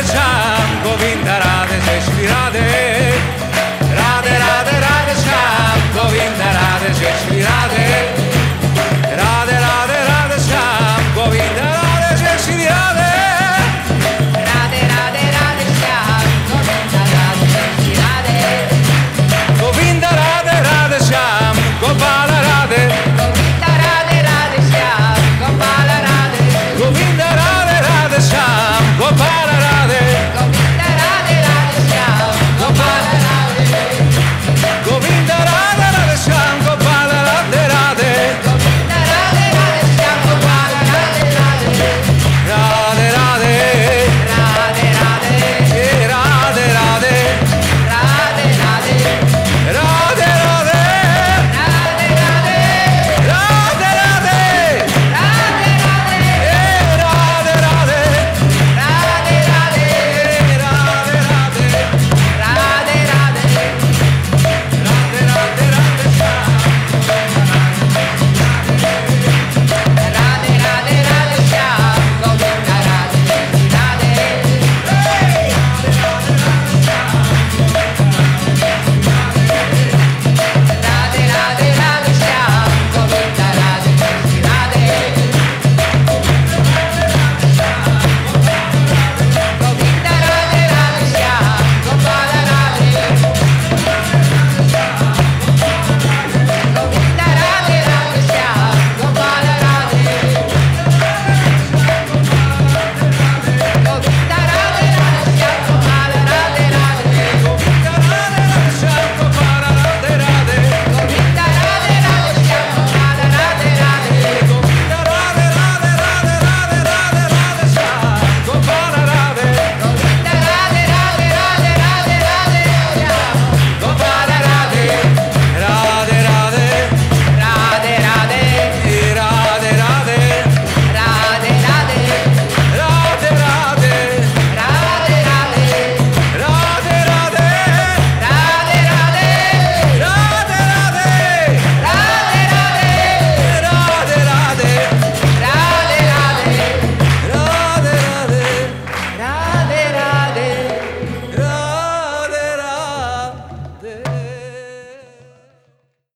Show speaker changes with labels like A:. A: Radhe Radhe Radhe Sham Govinda Radhe Jai Shri Radhe